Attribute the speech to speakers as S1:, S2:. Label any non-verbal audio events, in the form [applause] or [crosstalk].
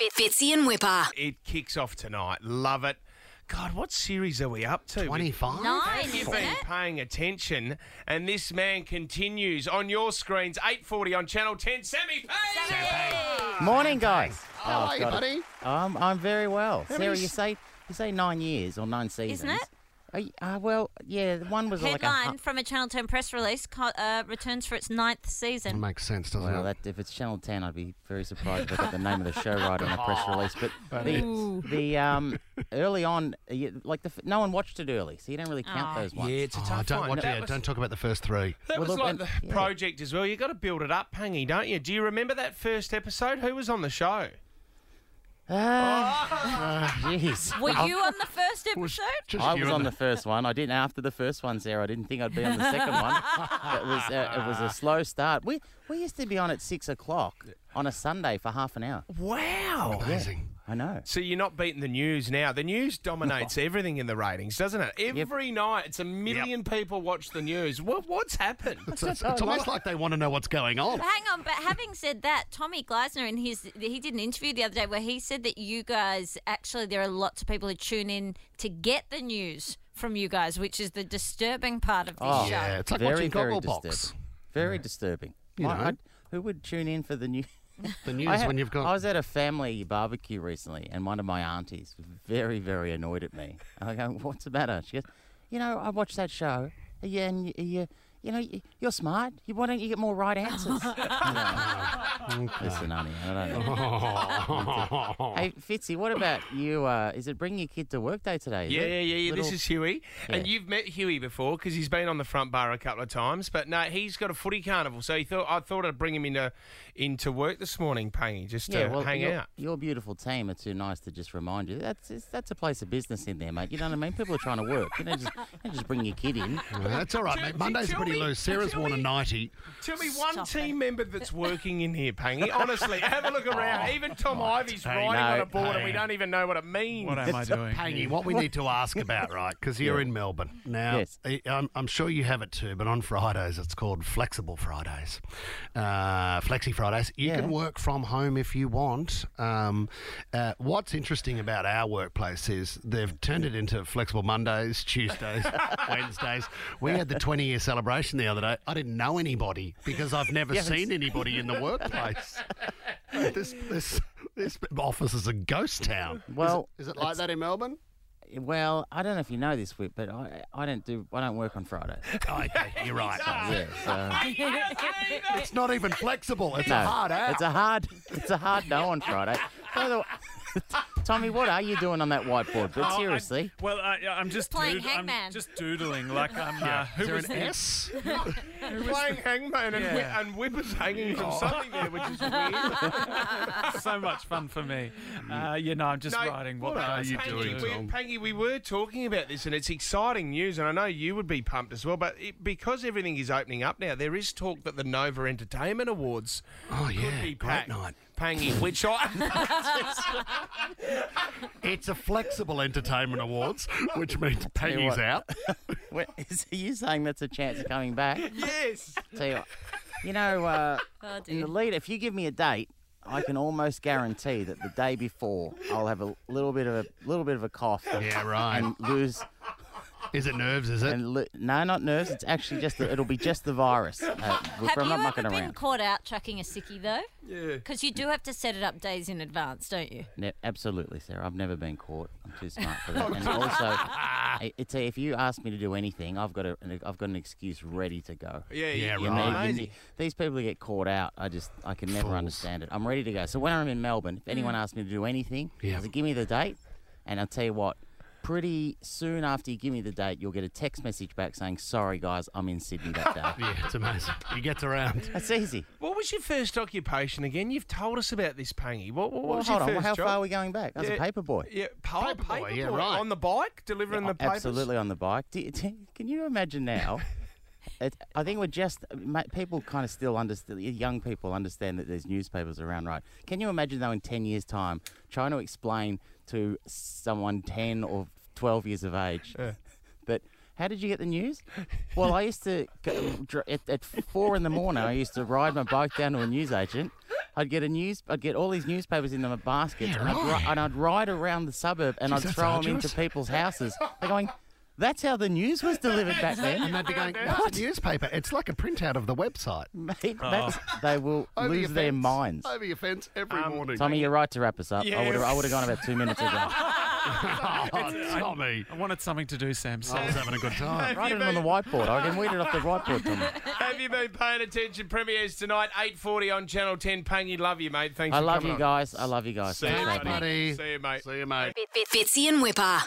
S1: Fitzy and Whipper.
S2: It kicks off tonight. Love it. God, what series are we up to?
S3: 25?
S4: Nine,
S2: You've
S4: isn't
S2: been
S4: it?
S2: paying attention, and this man continues on your screens. Eight forty on Channel Ten. Sammy Payne.
S5: Morning, guys.
S3: How
S5: Oh,
S3: are you,
S5: God.
S3: buddy?
S5: Um, I'm very well.
S3: How
S5: Sarah,
S3: many
S5: you
S3: s-
S5: say you say nine years or nine seasons,
S4: it?
S5: Are you- uh, well, yeah, the one was like a.
S4: Headline
S5: hu-
S4: from a Channel 10 press release co- uh, returns for its ninth
S3: It
S4: season.
S3: makes sense, doesn't
S5: well,
S3: it?
S5: that, if it's Channel Ten, I'd be very surprised if I got the name of the show right in the
S3: [laughs]
S5: press
S3: Oh,
S5: release. But the, the um, early on, uh, you- like the, f- no one watched it early, so you don't really count
S4: Oh.
S5: those
S2: Yeah,
S5: ones. [laughs]
S2: it's a
S3: Oh,
S2: tough
S3: don't
S2: one.
S3: watch-
S2: that
S3: yeah,
S2: was,
S3: don't talk about the first three.
S2: that
S5: Well,
S2: was
S5: look,
S2: like
S5: and-
S2: the
S5: yeah.
S2: project as well. You got to build it up, Pangy, don't you? Do you remember that first episode? Who was on the show?
S5: Ah, Jeez.
S4: Were you on the
S5: [laughs]
S4: first episode?
S3: Just
S5: I
S3: you
S5: was
S3: and
S5: on the first one. I didn't after the first one, Sarah. I didn't think I'd be on the second one. It was a, it was a slow start. We we used to be on at six o'clock on a Sunday for half an hour.
S2: Wow.
S3: Amazing.
S5: I know.
S2: So you're not beating the news now. The news dominates everything in the ratings, doesn't it? Every night, it's a million people watch the news. What, what's happened?
S3: It's, it's- it's almost like they want to know what's going on.
S4: Hang on, but having said that, Tommy Gleisner in his he did an interview the other day where he said that you guys actually there are lots of people who tune in to get the news from you guys, which is the disturbing part of this
S5: Oh.
S4: show.
S3: Yeah, it's like watching Gogglebox.
S5: disturbing. Very disturbing.
S3: You
S5: My-
S3: know.
S5: I'd- who would tune in for the news?
S3: The news
S5: [laughs] I had-
S3: when you've got.
S5: I was at a family barbecue recently, and one of my aunties was very, very annoyed at me. [laughs] I go, "What's the matter?" She goes, "You know, I watched that show. Yeah, and you, you, you know, you- you're smart. You why don't you get more right answers?" [laughs] You know. Listen, honey, I don't
S3: [laughs]
S5: know. Hey, Fitzy, what about you? Uh, is it bring your kid to work day today? is
S2: Yeah,
S5: it?
S2: yeah, yeah. yeah. This
S5: Little-
S2: is Huey, and
S5: Yeah.
S2: you've met Huey before because he's been on the front bar a couple of times. But no, he's got a footy carnival, so he thought I thought I'd bring him into into work this morning, Pangy, just to hang
S5: your,
S2: out.
S5: Your beautiful team are too nice to just remind you. That's it's, that's a place of business in there, mate. You know what I mean? People are trying to work. You know, just you don't just bring your kid in.
S3: Yeah, that's all right,
S2: Tell-
S3: mate. Monday's
S2: tell
S3: pretty
S2: me-
S3: loose. Sarah's
S2: tell
S3: worn a
S2: me-
S3: 90.
S2: Tell me one
S4: Stop
S2: team member that's working in here, Pangy. Honestly, have a [laughs] look around. Even Tom Ivey's riding on
S5: no,
S2: a board, and we
S3: hey.
S2: don't even know what it means.
S6: What am
S3: [laughs]
S6: I
S5: [laughs]
S6: doing?
S3: Pangy, what we need to ask about, right? Because you're in Melbourne. Now,
S5: Yes.
S3: I- I'm, I'm sure you have it too, but on Fridays, it's called Flexible Fridays, uh, Flexi Fridays. You
S5: Yeah.
S3: can work from home if you want. Um, uh, what's interesting about our workplace is they've turned it into Flexible Mondays,
S5: [laughs]
S3: Tuesdays, Wednesdays. We had the 20 year celebration the other day. I didn't know anybody because I've
S5: [laughs]
S3: never seen anybody in the workplace. this, this, this office is a ghost town. Is it-
S5: Well,
S3: is it like that in Melbourne?
S5: Well, I don't know if you know this, Whip, but I I don't do I don't work on Friday.
S3: Okay, you're right.
S5: Yeah, so,
S3: It's not even flexible. It's
S5: no,
S3: a hard out.
S5: it's a hard it's a hard no on Friday. By the way, [laughs] Tommy, what are you doing on that whiteboard? But
S6: Oh, I-
S5: seriously,
S6: well, I, I'm just
S4: Playing
S6: dood- I'm
S4: hangman.
S6: just
S4: [laughs]
S6: doodling like I'm. Uh, who
S3: is there
S6: was
S3: an
S6: [laughs] the-
S3: S?
S2: Playing hangman and,
S6: Yeah.
S2: whi- and whippers hanging from something there, which is weird.
S6: so much fun for me.
S3: Mm.
S6: Uh, you know, I'm just writing. What,
S2: are
S6: guys
S2: you
S6: have to
S2: doing,
S6: do.
S2: we, Pangy, we were talking about this, and it's exciting news, and I know you would be pumped as well. But it, because everything is opening up now, there is talk that the Nova Entertainment Awards
S3: Oh
S2: could
S3: yeah,
S2: be
S3: great
S2: packed.
S3: night.
S2: Pangy, which I
S3: It's a flexible entertainment awards, which means Peggy's
S5: what.
S3: out.
S5: Wait, [laughs] is, are you saying that's a chance of coming back?
S2: yes,
S5: Tell you, what, you know, uh,
S4: [laughs] Oh,
S5: in
S4: dear.
S5: the lead, if you give me a date, I can almost guarantee that the day before I'll have a little bit of a little bit of a cough
S3: [laughs] Yeah, right.
S5: and lose
S3: Is it nerves? Is it?
S5: and lo- no, not nerves. It's actually just the, it'll be just the virus. Uh, Whipper,
S4: Have
S5: I'm
S4: you
S5: not
S4: ever
S5: mucking
S4: been
S5: around.
S4: caught out chucking a sickie though? Yeah. Because you do have to set it up days in advance, don't you?
S5: Ne- absolutely, Sarah. I've never been caught. I'm too smart for that. And also, i- it's a, if you ask me to do anything, I've got a, an, I've got an excuse ready to go.
S2: yeah,
S3: Yeah,
S5: You
S3: right.
S5: know, you-
S2: Amazing.
S5: these people who get caught out, I just I can never
S3: Fools.
S5: understand it. I'm ready to go. So when I'm in Melbourne, if anyone asks me to do anything,
S3: Yeah.
S5: I say, give me the date, and I'll tell you what. Pretty soon after you give me the date, you'll get a text message back saying, "Sorry guys, I'm in Sydney
S2: [laughs]
S5: that day."
S3: Yeah, it's amazing. He gets around.
S5: That's easy.
S2: What was your first occupation again? You've told us about this, Pangy. What, what
S5: Well,
S2: was
S5: hold
S2: your
S5: on.
S2: first
S5: How
S2: job?
S5: far are we going back? I was
S2: Yeah.
S5: a paper boy.
S2: Yeah, pa-
S3: Paperboy,
S2: paperboy,
S3: yeah, right.
S2: on the bike, delivering the papers. [laughs]
S5: Absolutely on the bike. Do, do, can you
S3: [laughs]
S5: imagine now? It, I think we're just ma- people kind of still understand. Young people understand that there's newspapers around, right? Can you imagine though in ten years' time trying to explain to someone ten or twelve years of age that how did you get the news? Well, I used to go, dr- at, at four in the morning. I used to ride my bike down to a newsagent. I'd get a news. I'd get all these newspapers in them baskets,
S3: Yeah,
S5: and, I'd,
S3: right.
S5: ri- and I'd ride around the suburb and
S3: Jeez,
S5: I'd
S3: that's
S5: throw them
S3: arduous.
S5: into people's houses. They're going, "That's how the news was delivered back then."
S3: And they'd be
S5: [laughs]
S3: going, "What's a newspaper? It's like a printout of the website."
S5: Mate, that's, they will
S3: Oh. Over your
S5: lose their
S3: fence.
S5: minds.
S3: Over your fence every morning. [laughs]
S5: Tommy, you're right to wrap us up.
S2: Yeah.
S5: I would have I would have gone about two minutes ago.
S3: Oh, Tommy.
S6: I wanted something to do, Sam. So
S3: I was having a good time.
S5: Write
S2: you
S5: it on the
S2: been-
S5: whiteboard. I can read it off the whiteboard, Tommy.
S2: Have you been paying attention? Premieres tonight, 8.40 on Channel 10. Pangy, love you, mate. Thanks
S5: I
S2: for
S5: love
S2: coming
S5: you
S2: on.
S5: guys. I love you guys.
S2: See you,
S5: Thanks,
S3: Thanks,
S5: mate.
S2: buddy.
S3: buddy.
S2: See you, mate.
S3: See you, mate.
S1: Bitsy and Whipper.